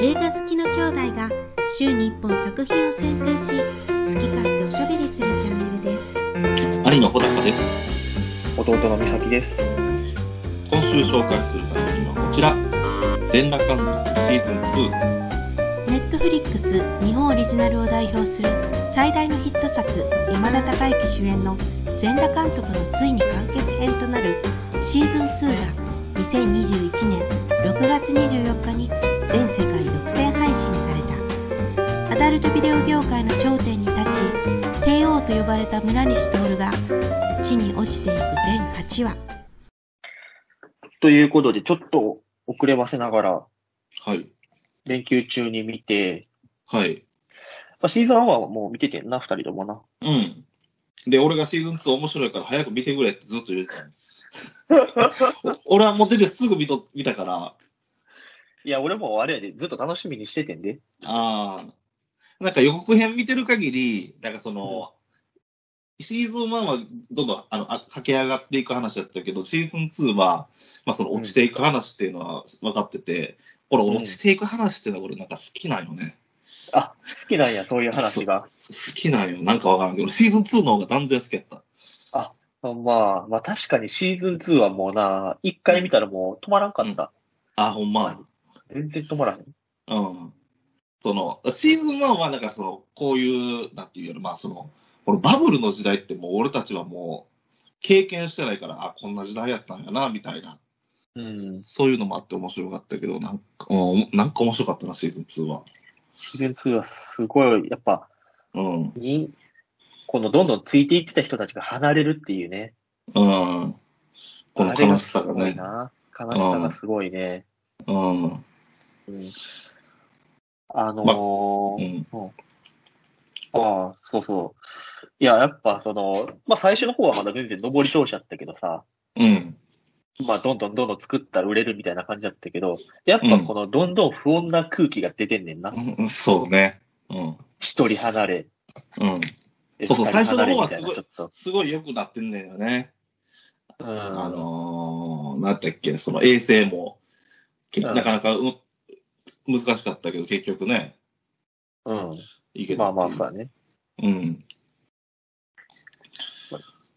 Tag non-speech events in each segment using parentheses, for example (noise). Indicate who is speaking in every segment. Speaker 1: 映画好きの兄弟が週に1本作品を選定し好き勝手おしゃべりするチャンネルです
Speaker 2: 兄の穂高です。
Speaker 3: 弟の美咲です。
Speaker 2: 今週紹介する作品はこちら。全裸監督シーズン2。
Speaker 1: ネットフリックス日本オリジナルを代表する最大のヒット作山田孝之主演の全裸監督のついに完結編となるシーズン2が2021年6月24日に全世界独占配信されたアダルトビデオ業界の頂点に立ち帝王と呼ばれた村西徹が地に落ちていく全8話
Speaker 3: ということで、ちょっと遅ればせながら、
Speaker 2: はい。
Speaker 3: 連休中に見て、
Speaker 2: はい。
Speaker 3: まあ、シーズン1はもう見ててんな、二人ともな。
Speaker 2: うん。で、俺がシーズン2面白いから早く見てくれってずっと言ってた
Speaker 3: (laughs)
Speaker 2: の。お俺はもう出てすぐ見と、見たから、
Speaker 3: いや、俺もあれやで、ずっと楽しみにしててんで。
Speaker 2: ああ。なんか予告編見てる限り、なんかその、シーズン1はどんどんあのあ駆け上がっていく話だったけど、シーズン2は、まあ、その落ちていく話っていうのは分かってて、これ
Speaker 3: うん
Speaker 2: 落ちていく話っていうのは俺なんか好きなんよね。
Speaker 3: あ、好きなんや、そういう話が。
Speaker 2: 好きなんよ。なんかわからんけど、シーズン2の方が断然好きやった。
Speaker 3: まあ、まあ確かにシーズン2はもうな、一回見たらもう止まらんかった。
Speaker 2: あ、ほんま。
Speaker 3: 全然止まらへん。
Speaker 2: うん。その、シーズン1はなんかその、こういう、なんていうより、まあその、このバブルの時代ってもう俺たちはもう、経験してないから、あ、こんな時代やったんやな、みたいな。
Speaker 3: うん。
Speaker 2: そういうのもあって面白かったけど、なんか、うん、なんか面白かったな、シーズン2は。
Speaker 3: シーズン2はすごい、やっぱ、
Speaker 2: うん。
Speaker 3: に、このどんどんついていってた人たちが離れるっていうね。
Speaker 2: うん。この
Speaker 3: あれ
Speaker 2: 悲
Speaker 3: が
Speaker 2: し
Speaker 3: す
Speaker 2: さが
Speaker 3: ごい
Speaker 2: ね。
Speaker 3: な。悲しさがすごいね。
Speaker 2: うん。
Speaker 3: うん。あの
Speaker 2: ま
Speaker 3: ー
Speaker 2: うん。
Speaker 3: ああ、そうそう。いや、やっぱその、まあ最初の方はまだ全然上り調子だったけどさ、
Speaker 2: うん。
Speaker 3: まあどんどんどんどん作ったら売れるみたいな感じだったけど、やっぱこのどんどん不穏な空気が出てんねんな。
Speaker 2: うんそうね。うん。
Speaker 3: 一人離れ、
Speaker 2: うん。
Speaker 3: 二
Speaker 2: そうそう
Speaker 3: 人離
Speaker 2: 最
Speaker 3: れ
Speaker 2: 初の方は
Speaker 3: みたい
Speaker 2: す
Speaker 3: な、
Speaker 2: ごい
Speaker 3: ちょっと。
Speaker 2: すごい良くなってんだよね。
Speaker 3: うん。
Speaker 2: あのー、なんだっけ、その衛星も、け
Speaker 3: うん
Speaker 2: なかなかう難しかったけど、結局ね、
Speaker 3: う
Speaker 2: いいけ
Speaker 3: ん。
Speaker 2: ど。
Speaker 3: まあまあそうだね。
Speaker 2: うん。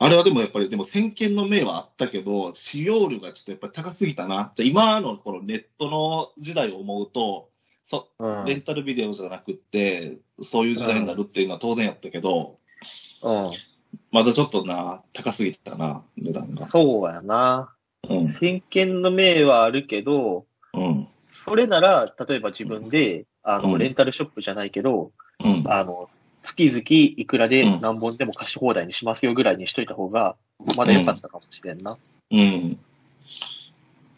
Speaker 2: あれはでもやっぱり、でも先見の明はあったけど、使用量がちょっとやっぱり高すぎたな。じゃあ今のこのネットの時代を思うと、そ
Speaker 3: うん。
Speaker 2: レンタルビデオじゃなくって、そういう時代になるっていうのは当然やったけど、
Speaker 3: うん。
Speaker 2: またちょっとな、高すぎたな、値段が。
Speaker 3: そうやな。
Speaker 2: うん。
Speaker 3: 先見の明はあるけど、
Speaker 2: うん。
Speaker 3: それなら、例えば自分で、あ
Speaker 2: う
Speaker 3: の、
Speaker 2: ん
Speaker 3: レンタルショップじゃないけど、
Speaker 2: うん。
Speaker 3: あの、月々いくらで何本でも貸し放題にしますよぐらいにしといた方が、まだ良かったかもしれんな。
Speaker 2: うん。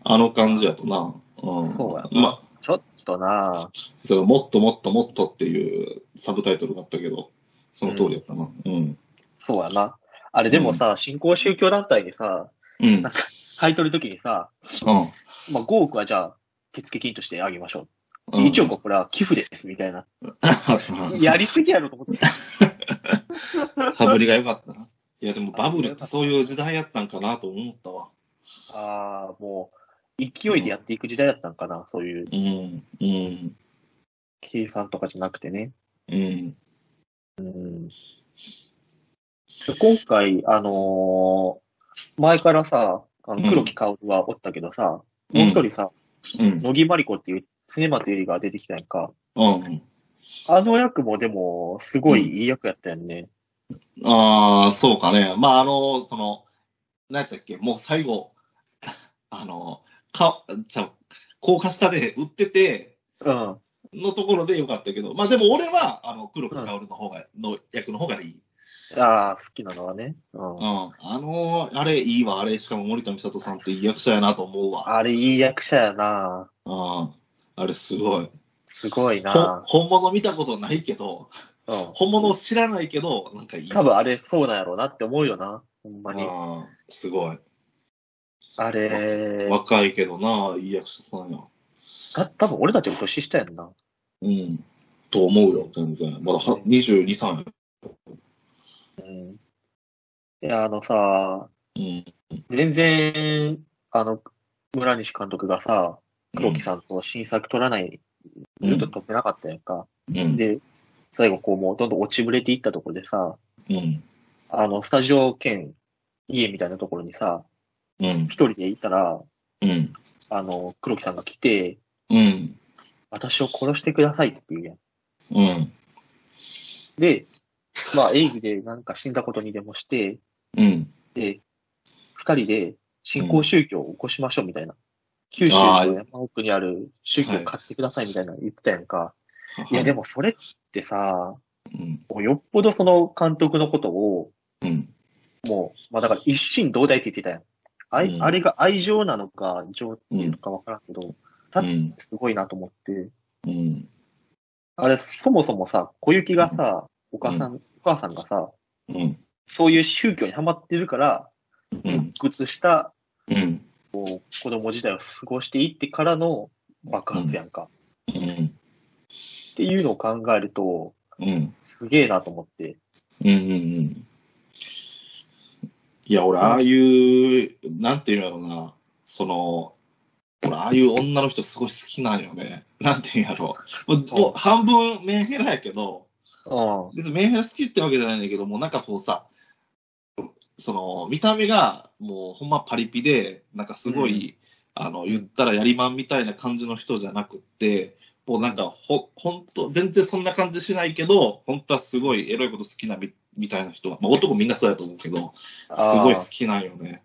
Speaker 2: あの感じやとな。うん、
Speaker 3: そうやな
Speaker 2: まあ、
Speaker 3: ちょっとなぁ
Speaker 2: それがもっともっともっとっていうサブタイトルがあったけど、その通りやったな。うん。
Speaker 3: そうやな。あれでもさ、新興宗教団体にさ、
Speaker 2: うん。
Speaker 3: 買い取るときにさ、
Speaker 2: う
Speaker 3: まあ、5億はじゃあ、手付金としてあげましょう。
Speaker 2: ん。
Speaker 3: 1億はこれは寄付です、みたいな。
Speaker 2: (laughs) うん。
Speaker 3: やりすぎやろと思って。
Speaker 2: 羽振りが良かったな。いや、でもバブルってそういう時代やったんかなと思ったわ。
Speaker 3: ああ、もう、勢いでやっていく時代だったんかな。そういう
Speaker 2: うん。うん。
Speaker 3: 計算とかじゃなくてね。
Speaker 2: うん。
Speaker 3: うん。今回、あのー前からさ、あ
Speaker 2: うん
Speaker 3: の黒木薫はおったけどさ、もう一人さ、
Speaker 2: うん。
Speaker 3: 乃木真理子っていう常松ゆりが出てきたやんか。
Speaker 2: うん。
Speaker 3: あの役もでも、すごいいい役やったよね。
Speaker 2: ああ、そうかね。まあ、あの、その、何やったっけ、もう最後、 (laughs) あの、か、ちゃう、高架下で売ってて、
Speaker 3: うん。
Speaker 2: のところでよかったけど、まあでも俺は、あの、黒木薫の方が、の役の方がいい。
Speaker 3: ああ、好きなのはね。う。
Speaker 2: うんん。あのーあれいいわ、あれ、しかも森田美里さんっていい役者やなと思うわ。
Speaker 3: あれ、いい役者やな
Speaker 2: うん。あれすごい。
Speaker 3: すごい
Speaker 2: ほ
Speaker 3: な
Speaker 2: 本物見たことないけど、
Speaker 3: うん。
Speaker 2: 本物を知らないけど、なんかいい。
Speaker 3: 多分あれ、そうなんやろうなって思うよな。ほんまに。
Speaker 2: うんすごい。
Speaker 3: あれ、
Speaker 2: 若いけどな、いい役者さんや。
Speaker 3: た多分俺たちより年下やんな。
Speaker 2: うん。と思うよ、全然。まだは22、3
Speaker 3: うん。いや、あのさ、
Speaker 2: うん。
Speaker 3: 全然、あの、村西監督がさ、黒木さんと新作撮らないずっと撮ってなかったやんか。
Speaker 2: うん。
Speaker 3: で、最後こうもうどんどん落ちぶれていったところでさ、
Speaker 2: うん。
Speaker 3: あの、スタジオ兼家みたいなところにさ、
Speaker 2: うん
Speaker 3: 一。人で行ったら、
Speaker 2: うん。
Speaker 3: あの、黒木さんが来て、
Speaker 2: うん。
Speaker 3: 私を殺してくださいって言うやん。
Speaker 2: うん。
Speaker 3: で、まあ、演技でなんか死んだことにでもして、
Speaker 2: うん。
Speaker 3: 二人で新興宗教を起こしましょうみたいな。九州の山奥にある宗教を買ってくださいみたいなの言ってたやんか。いや、で
Speaker 2: も。
Speaker 3: もそれってさ、
Speaker 2: うん。
Speaker 3: もうよっぽどその監督のことを、
Speaker 2: うん。
Speaker 3: もう、まあだから一心同体って言ってたやん。あい
Speaker 2: うん
Speaker 3: あれが愛情なのか、情っていうのかわからんけど、
Speaker 2: うん。
Speaker 3: すごいなと思って。
Speaker 2: うん。
Speaker 3: あれ、そもそもさ、小雪がさ、お母さん、お母さんがさ、
Speaker 2: うん。
Speaker 3: そういう宗教にハマってるから、
Speaker 2: うん。
Speaker 3: 屈した
Speaker 2: うん。
Speaker 3: 子供時代を過ごしていってからの爆発やんか。
Speaker 2: うん。
Speaker 3: っていうのを考えると、
Speaker 2: うん。
Speaker 3: すげえなと思って。
Speaker 2: うんうんうん。いや、俺、ああいう、なんていうんやろうな、その、俺、ああいう女の人すごい好きなんよね。なんていうんやろう。もうもう半分メンヘラやけど、
Speaker 3: うん。
Speaker 2: 別にメンヘラ好きってわけじゃないんだけど、もうなんかこうさ、その、見た目がもうほんまパリピで、なんかすごい、あの、言ったらやりまんみたいな感じの人じゃなくって、もうなんかほ、ほんと、全然そんな感じしないけど、本当はすごいエロいこと好きなみみたいな人は、まあ男みんなそうやと思うけど、すごい好
Speaker 3: やっ
Speaker 2: きなんよね。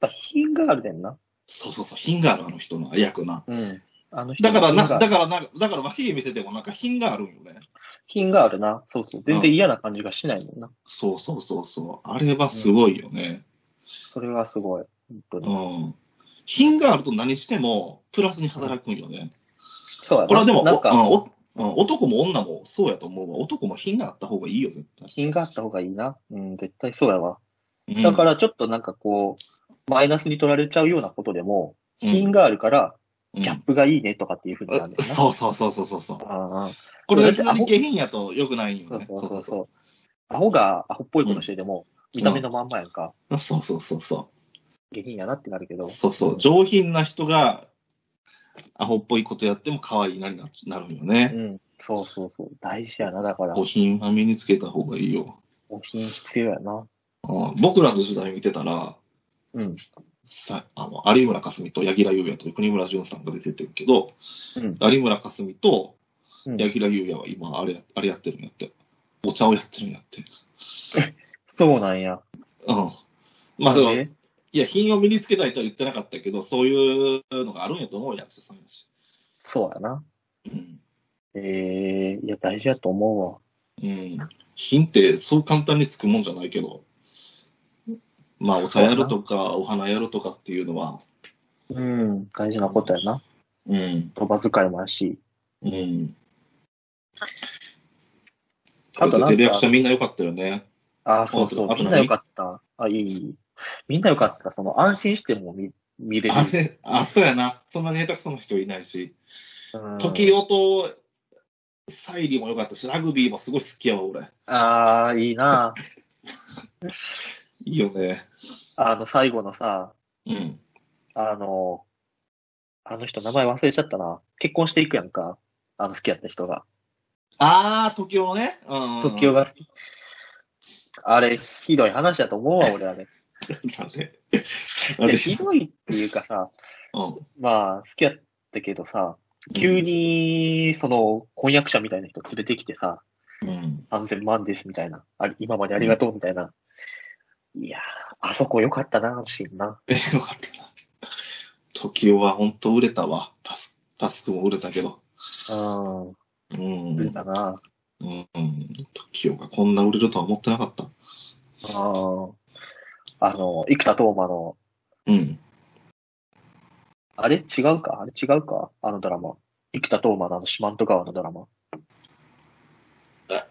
Speaker 3: ぱ品があるでんな。
Speaker 2: そうそうそう、品があるあの人の役な。
Speaker 3: うん。あの人
Speaker 2: だからな、
Speaker 3: 品が
Speaker 2: だからな、だから脇毛見せてもなんか品があるんよね。
Speaker 3: 品があるな。そうそう。全然嫌な感じがしないもんな。
Speaker 2: そうそうそうそう。あれはすごいよね。
Speaker 3: それはすごい。本当に。
Speaker 2: うん品があると何してもプラスに働くんよね。
Speaker 3: そうやな。
Speaker 2: これはでも、
Speaker 3: なんか、
Speaker 2: おうんおうん男も女もそうやと思うわ。男も品があった方がいいよ、絶対。
Speaker 3: 品があった方がいいな。うん、絶対そうやわ。
Speaker 2: うん
Speaker 3: だからちょっとなんかこう、マイナスに取られちゃうようなことでも、
Speaker 2: うん
Speaker 3: 品があるから、
Speaker 2: うん
Speaker 3: ギャップがいいねとかっていうふうになるんだよな。
Speaker 2: そうそうそうそうそうそう。
Speaker 3: うんうん
Speaker 2: これ
Speaker 3: だ
Speaker 2: が
Speaker 3: っ
Speaker 2: いきな
Speaker 3: て
Speaker 2: り下品やと良くないん
Speaker 3: そ
Speaker 2: よ
Speaker 3: う
Speaker 2: ね。
Speaker 3: そうそうそう。アホがアホっぽいことしてでも、見た目のまんまやんか。
Speaker 2: う。そうそうそうそ
Speaker 3: 下品やなってなるけど。
Speaker 2: う。そうそう。上品な人がアホっぽいことやっても可愛いなにななるんよ
Speaker 3: う
Speaker 2: ね。
Speaker 3: ん。そうそうそう。大事やな。だから
Speaker 2: お、品は身につけた方がいいよ。
Speaker 3: お品必要やな。
Speaker 2: うん僕らの時代見てたら、
Speaker 3: うん。
Speaker 2: さあの有村架純と柳楽優弥と国村淳さんが出てってるけど、
Speaker 3: うん。
Speaker 2: 有村架純と
Speaker 3: うん
Speaker 2: 柳楽優弥は今あれや、あれやってるんやって。お茶をやってるんやって。
Speaker 3: そうなんや。
Speaker 2: うん。まあ、そのい
Speaker 3: ね
Speaker 2: や、品を身につけたいとは言ってなかったけど、そういうのがあるんやと思う役者さんやし。
Speaker 3: そうやな。
Speaker 2: うん。
Speaker 3: ええいや、大事やと思うわ。
Speaker 2: うん。品ってそう簡単につくもんじゃないけど、まあ、お茶やるとか、お花やるとかっていうのは、
Speaker 3: うん。大事なことやな。
Speaker 2: うん。
Speaker 3: 言葉遣いもやし。
Speaker 2: うん。
Speaker 3: あとなんか
Speaker 2: テレ役者みんな良かったよね。
Speaker 3: ああ、そうそう。
Speaker 2: あと
Speaker 3: みんなよかった。あ、いい。みんなよかった。その、安心しても見見れる
Speaker 2: あ。せあ、そうやな。そんなに下手くそな人いないし。
Speaker 3: うん
Speaker 2: 時代とサイリーも良かったし、ラグビーもすごい好きやわ、俺。
Speaker 3: ああ、いい
Speaker 2: (laughs)
Speaker 3: な。
Speaker 2: いいよね。
Speaker 3: あの、最後のさ、
Speaker 2: うん。
Speaker 3: あの、あの人、名前忘れちゃったな。結婚していくやんか。あの、好きやった人が。
Speaker 2: あー、時代ね。うん。
Speaker 3: 時代
Speaker 2: が。
Speaker 3: が。あれ、ひどい話だと思うわ、俺、あ
Speaker 2: (laughs)
Speaker 3: れ。
Speaker 2: なんで (laughs) なん
Speaker 3: で
Speaker 2: で
Speaker 3: ひどいっていうかさ、
Speaker 2: うん。
Speaker 3: まあ、好きやったけどさ、急に、その、婚約者みたいな人連れてきてさ、
Speaker 2: うん。
Speaker 3: 3000万ですみたいな、あり今までありがとうみたいな。いやー、あそこ良かったな、あのシーンな。
Speaker 2: え、よかったな。時代は本当売れたわ。タスタスクも売れたけど。
Speaker 3: うん、
Speaker 2: うん。
Speaker 3: 売れたな。
Speaker 2: うん。時代がこんな売れるとは思ってなかった。
Speaker 3: ああの、生田斗真の、
Speaker 2: うん。
Speaker 3: あれ違うかあれ違うかあのドラマ。生田斗真のあの四万十川のドラマ。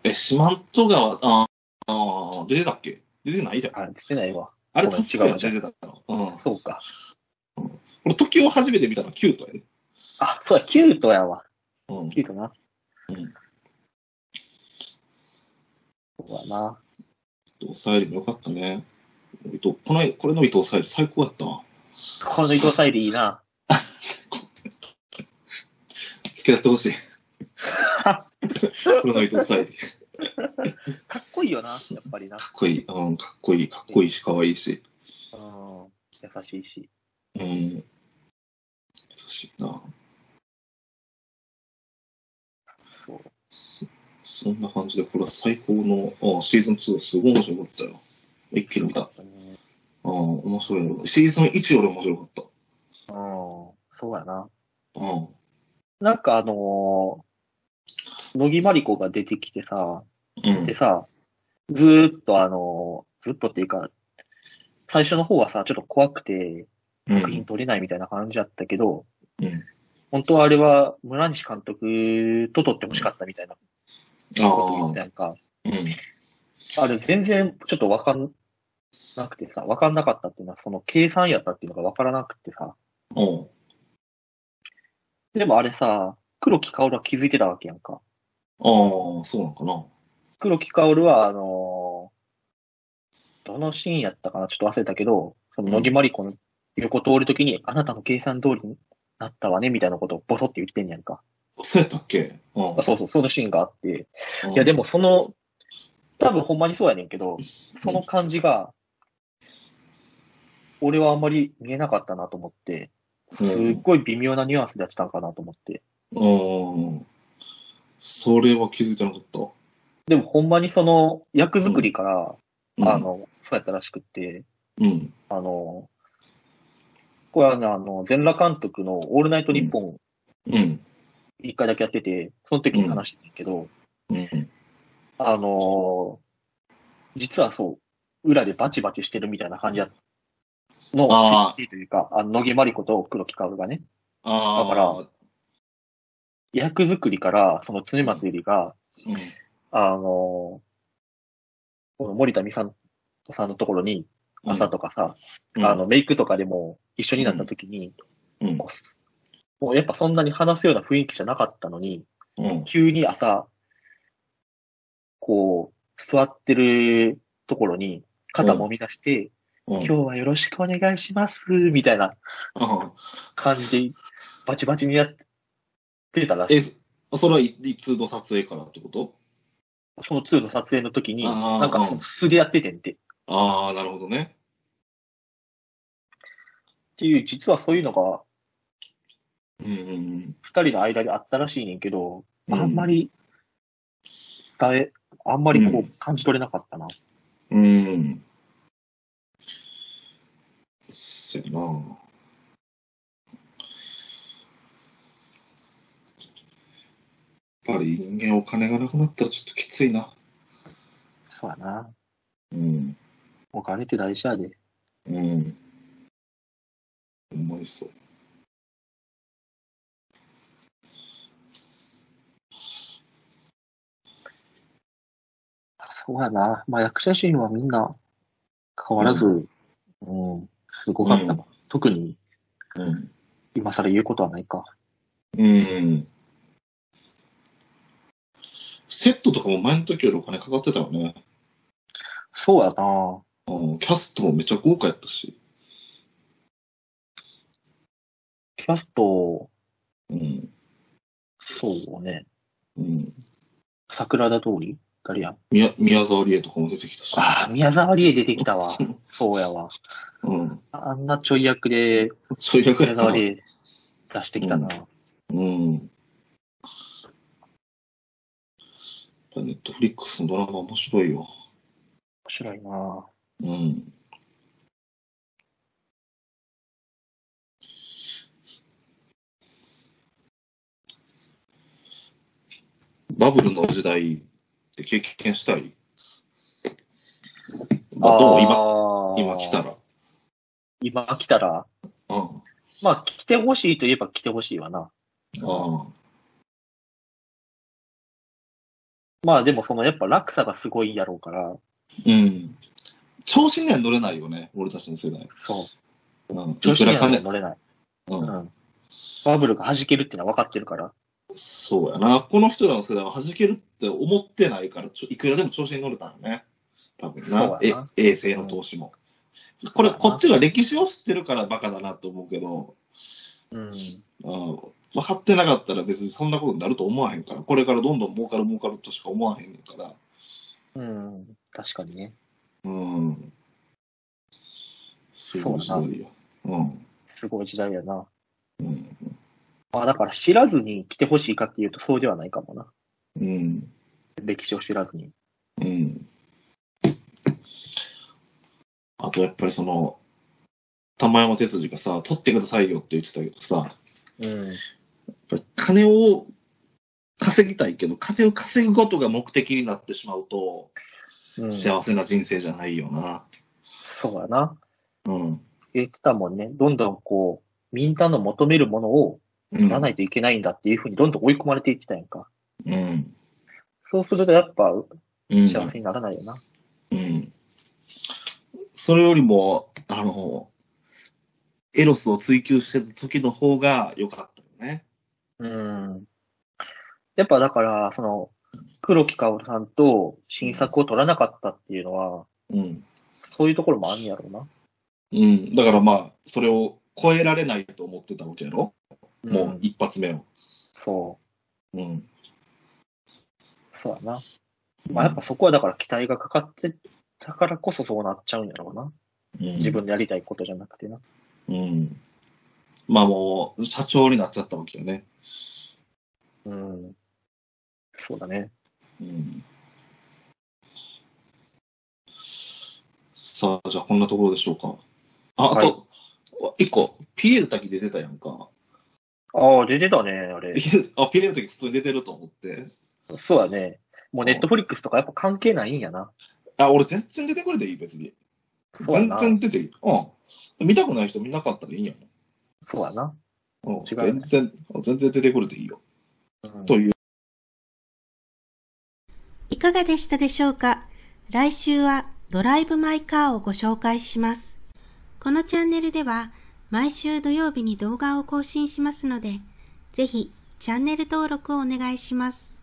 Speaker 2: え、四万十川、あーあー、出てたっけ出てないじゃん。
Speaker 3: あれ、出てないわ。
Speaker 2: あれ、
Speaker 3: ごめん
Speaker 2: 時代
Speaker 3: 違う
Speaker 2: が出てたの。うん。
Speaker 3: そうか。
Speaker 2: 俺、時代を初めて見たのはキュートやで。
Speaker 3: あ、そうや、キュートやわ。
Speaker 2: うん。
Speaker 3: キュートな。
Speaker 2: うん。
Speaker 3: そうだな。
Speaker 2: 伊藤沙莉もよかったね。伊藤このこれの伊藤沙莉最高やったわ。
Speaker 3: この伊藤沙莉いいな。
Speaker 2: 最高。付き合って
Speaker 3: (laughs)
Speaker 2: ほしい。黒の糸伝えて。か
Speaker 3: かっこいいよな、やっぱりな。
Speaker 2: っこいい、うん、かっこいい、かっこいいし、可愛いし。
Speaker 3: うん優しいし。
Speaker 2: うん。優しいな。
Speaker 3: そう。
Speaker 2: そそんな感じで、これは最高の、あシーズン2はすごい面白かったよ。一気に見た。あ
Speaker 3: うん
Speaker 2: あ、面白いの。シーズン1より面白かった。
Speaker 3: うん、そうやな。
Speaker 2: うん。
Speaker 3: なんかあのー乃木まり子が出てきてさ、
Speaker 2: うん
Speaker 3: で。さ、ずーっとあのーずっとっていうか、最初の方はさ、ちょっと怖くて、
Speaker 2: う
Speaker 3: 作品
Speaker 2: ん。
Speaker 3: 撮れないみたいな感じだったけど、
Speaker 2: うん
Speaker 3: 本当はあれは村西監督と撮ってほしかったみたいなこと言
Speaker 2: あ
Speaker 3: ってたやんか。
Speaker 2: あ。うん。
Speaker 3: あれ全然ちょっとわかんなくてさ、わかんなかったっていうのは、その計算やったっていうのがわからなくてさ、
Speaker 2: おう
Speaker 3: でもあれさ、黒木薫は気づいてたわけやんか。
Speaker 2: ああ、そうなんかな。
Speaker 3: 黒木薫は、あのーどのシーンやったかなちょっと忘れたけど、その、
Speaker 2: うん
Speaker 3: 乃木まり子の横通るときに、あなたの計算通りになったわね、みたいなことをボソって言ってんやんか。
Speaker 2: そうやったっけうん
Speaker 3: あそうそう、そのシーンがあって。
Speaker 2: うん。
Speaker 3: いや、でもその、多分ほんまにそうやねんけど、その感じが、俺はあんまり見えなかったなと思って、す
Speaker 2: うん
Speaker 3: っごい微妙なニュアンスでやってたんかなと思って。
Speaker 2: うん。それは気づいてなかった。
Speaker 3: でもほんまにその役作りから、
Speaker 2: うん
Speaker 3: あ、の、そうやったらしくって、
Speaker 2: うん。
Speaker 3: あの、これはね、あの、全裸監督のオールナイトニッポン
Speaker 2: うん。
Speaker 3: 一回だけやってて、その時に話してたけど、
Speaker 2: うん。
Speaker 3: あの、実はそう、裏でバチバチしてるみたいな感じやの
Speaker 2: あー
Speaker 3: 設定というか、あの、野木真理子と黒木薫がね、
Speaker 2: ああ。
Speaker 3: だから役作りから、その常松ゆりが、
Speaker 2: うん、
Speaker 3: あの、この森田美さんさんのところに、朝とかさ、
Speaker 2: うん
Speaker 3: あ、の、メイクとかでも一緒になった時に、
Speaker 2: うん。
Speaker 3: もうもうやっぱそんなに話すような雰囲気じゃなかったのに、
Speaker 2: うん。
Speaker 3: 急に朝、こう、座ってるところに肩揉み出して、
Speaker 2: うん。
Speaker 3: 今日はよろしくお願いします、みたいな
Speaker 2: うん
Speaker 3: 感じで、バチバチにやってたらし
Speaker 2: え
Speaker 3: い。、
Speaker 2: それはいいつの撮影からってこと
Speaker 3: その2の撮影の時に、
Speaker 2: あー
Speaker 3: なんかその素でやっててんて。っ
Speaker 2: ああ、なるほどね。
Speaker 3: ていう、実はそういうのが
Speaker 2: うんうん
Speaker 3: 2人の間にあったらしいねんけど、
Speaker 2: うん。
Speaker 3: あんま。り伝え、あんまりこ
Speaker 2: う
Speaker 3: う感じ取れなかったな。
Speaker 2: うん。そうやな。やっぱり人間お金がなくなったらちょっときついな。
Speaker 3: そうやな。
Speaker 2: うん。
Speaker 3: お金って大事やで。
Speaker 2: うん。うまいそう。
Speaker 3: そうやな。まあ役者陣はみんな変わらず、うん、すごかった、
Speaker 2: うん
Speaker 3: 特に
Speaker 2: うん。
Speaker 3: 今更言うことはないか。
Speaker 2: うん。セットとかも前の時よりお金かかってたよね。
Speaker 3: そうやな。
Speaker 2: うん。キャストもめっちゃ豪華やったし。
Speaker 3: キャスト、
Speaker 2: うん。
Speaker 3: そうね。
Speaker 2: うん。
Speaker 3: 桜田通り誰やん。
Speaker 2: 宮宮沢りえとかも出てきたし。
Speaker 3: ああ、宮沢りえ出てきた
Speaker 2: (laughs)
Speaker 3: わ。そうやわ。
Speaker 2: うん。
Speaker 3: あんなちょい役で
Speaker 2: そういう役や
Speaker 3: 宮
Speaker 2: った
Speaker 3: 沢
Speaker 2: な
Speaker 3: りえ出してきたな。
Speaker 2: うん。やっぱネットフリックスのドラマ面白いよ。
Speaker 3: 面白いな。
Speaker 2: うん。バブルの時代って経験したい、まあ、どう今、
Speaker 3: あー
Speaker 2: 今来た。ら。
Speaker 3: 今来たら。
Speaker 2: うん。あ
Speaker 3: まあ来てほしいといえば来てほしいわな。
Speaker 2: あ。
Speaker 3: まあでもそのやっぱ落差がすごいやろうから、
Speaker 2: うん。調子には乗れないよね、俺たちの世代。
Speaker 3: そう。
Speaker 2: うん。
Speaker 3: 調子に
Speaker 2: い
Speaker 3: は
Speaker 2: くら金
Speaker 3: 乗れない。
Speaker 2: う。
Speaker 3: うんん。バブルが弾けるっていうのは分かってるから。
Speaker 2: そうやな。この人らの世代は弾けるって思ってないから、ちょいくらでも調子に乗れたんよね。多分な。
Speaker 3: そう
Speaker 2: え
Speaker 3: やな
Speaker 2: 衛星の投資も。こ
Speaker 3: そうや
Speaker 2: れ、
Speaker 3: な
Speaker 2: こっちが歴史を知ってるからバカだなと思うけど、
Speaker 3: うん。
Speaker 2: うん、分かってなかったら別にそんなことになると思わへんから、これからどんどん儲かる儲かるとしか思わへんねんから。
Speaker 3: うん。確かにね。
Speaker 2: うん。すごい時代よ。うん。
Speaker 3: すごい時代やな。
Speaker 2: うん。
Speaker 3: まあだから知らずに来てほしいかっていうとそうではないかもな。
Speaker 2: うん。
Speaker 3: 歴史を知らずに。
Speaker 2: うん。あとやっぱりその、玉山哲司がさ、取ってくださいよって言ってたけどさ、
Speaker 3: うん。
Speaker 2: やっぱり金を稼ぎたいけど、金を稼ぐことが目的になってしまうと、
Speaker 3: うん、
Speaker 2: 幸せな人生じゃないよな。
Speaker 3: そうやな。
Speaker 2: うん。
Speaker 3: 言ってたもんね。どんどんこう、みんなの求めるものを
Speaker 2: うん。
Speaker 3: 取らないといけないんだっていうふうにどんどん追い込まれていってたやんか。
Speaker 2: うん。
Speaker 3: そうするとやっぱ
Speaker 2: うん。
Speaker 3: 幸せにならないよな。
Speaker 2: うん。それよりも、あの、エロスを追求してた時の方が良かったよね。
Speaker 3: うん。やっぱだから、その、黒木薫さんと新作を取らなかったっていうのは、
Speaker 2: うん。
Speaker 3: そういうところもあるんやろうな。、
Speaker 2: うん。だからまあ、それを超えられないと思ってたわけやろ、もうん一発目を。
Speaker 3: そ
Speaker 2: うん。
Speaker 3: う。そうやな。まあやっぱそこはだから期待がかかってたからこそそうなっちゃうんやろうな。
Speaker 2: うん、
Speaker 3: 自分でやりたいことじゃなくてな。
Speaker 2: うん。まあもう、社長になっちゃったわけよね。
Speaker 3: うん。そうだね。
Speaker 2: うん。さあ、じゃあこんなところでしょうか。あ、あと、一個、ピエール滝出てたやんか。
Speaker 3: ああ、出てたね、あれ。
Speaker 2: ピエールあ、ピエール滝普通に出てると思って。
Speaker 3: そうだね。もうネットフリックスとかやっぱ関係ないんやな。
Speaker 2: あ、俺全然出てくれていい、別に。
Speaker 3: そうや
Speaker 2: 全
Speaker 3: な。
Speaker 2: 然出ていい。うん。見たくない人見なかったらいいんや
Speaker 3: そうやな。
Speaker 2: もん。うん。
Speaker 3: 違うね
Speaker 2: 全然、全然出てくれていいよ。
Speaker 3: うん
Speaker 2: という
Speaker 1: いかがでしたでしょうか来週はドライブマイカーをご紹介します。このチャンネルでは毎週土曜日に動画を更新しますので、ぜひチャンネル登録をお願いします。